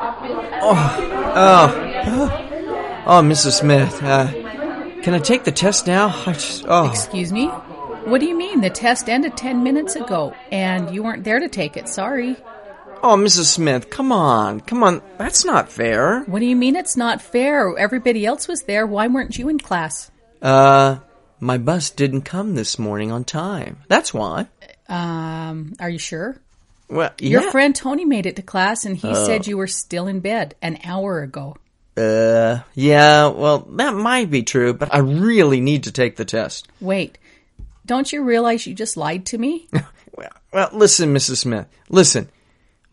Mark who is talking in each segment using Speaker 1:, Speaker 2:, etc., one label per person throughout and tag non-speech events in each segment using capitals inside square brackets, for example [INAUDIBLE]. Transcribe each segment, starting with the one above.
Speaker 1: Oh, oh, oh, Mrs. Smith. Uh, can I take the test now? I just, oh,
Speaker 2: Excuse me? What do you mean? The test ended 10 minutes ago, and you weren't there to take it. Sorry.
Speaker 1: oh, Mrs. Smith, come on, come on. That's not fair.
Speaker 2: What do you mean it's not fair? Everybody else was there. Why weren't you in class?
Speaker 1: Uh, my bus didn't come this morning on time. That's why.
Speaker 2: Um, are you sure?
Speaker 1: Well,
Speaker 2: Your
Speaker 1: yeah. Oh.
Speaker 2: friend Tony made it to class, and he said you were still in bed an hour ago.
Speaker 1: Uh, yeah. Well, that might be true, but I really need to take the test.
Speaker 2: Wait, don't you realize you just lied to
Speaker 1: [LAUGHS]
Speaker 2: me?
Speaker 1: Well, well, listen, Mrs. Smith. Listen,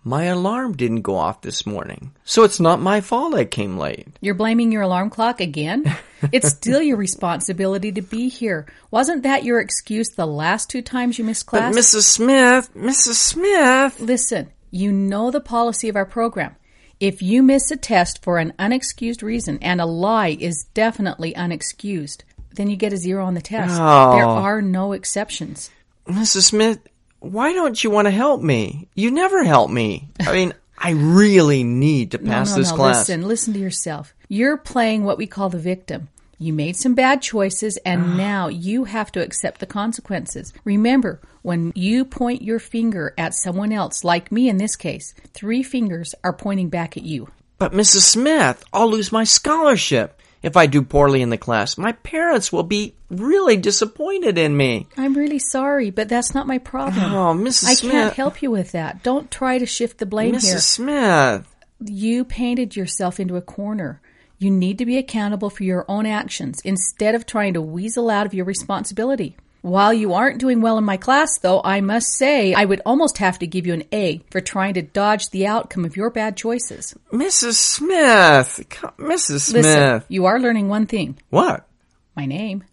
Speaker 1: my alarm didn't go off this morning, so it's not my fault I came late.
Speaker 2: You're blaming your alarm clock again?
Speaker 1: [LAUGHS]
Speaker 2: It's still your responsibility to be here. Wasn't that your excuse the last two times you missed
Speaker 1: But
Speaker 2: class?
Speaker 1: Mrs. Smith, Mrs. Smith.
Speaker 2: Listen, you know the policy of our program. If you miss a test for an unexcused reason, and a lie is definitely unexcused, then you get a zero on the test.
Speaker 1: Oh.
Speaker 2: There are no exceptions.
Speaker 1: Mrs. Smith, why don't you want to help me? You never help me. I mean, I really need to pass
Speaker 2: no, no,
Speaker 1: this
Speaker 2: no.
Speaker 1: class.
Speaker 2: Listen, listen to yourself. You're playing what we call the victim. You made some bad choices,
Speaker 1: Ah.
Speaker 2: and now you have to accept the consequences. Remember, when you point your finger at someone else, like me in this case, three fingers are pointing back at you.
Speaker 1: But Mrs. Smith, I'll lose my scholarship if I do poorly in the class. My parents will be really disappointed in me.
Speaker 2: I'm really sorry, but that's not my problem.
Speaker 1: Oh, Mrs.
Speaker 2: I
Speaker 1: Smith.
Speaker 2: can't help you with that. Don't try to shift the blame
Speaker 1: Mrs.
Speaker 2: here.
Speaker 1: Smith.
Speaker 2: You painted yourself into a corner. You need to be accountable for your own actions instead of trying to weasel out of your responsibility. While you aren't doing well in my class, though, I must say I would almost have to give you an A for trying to dodge the outcome of your bad choices.
Speaker 1: Mrs. Smith. Co- Mrs. Smith. [SIGHS]
Speaker 2: Listen, you are learning one thing
Speaker 1: What?
Speaker 2: my name.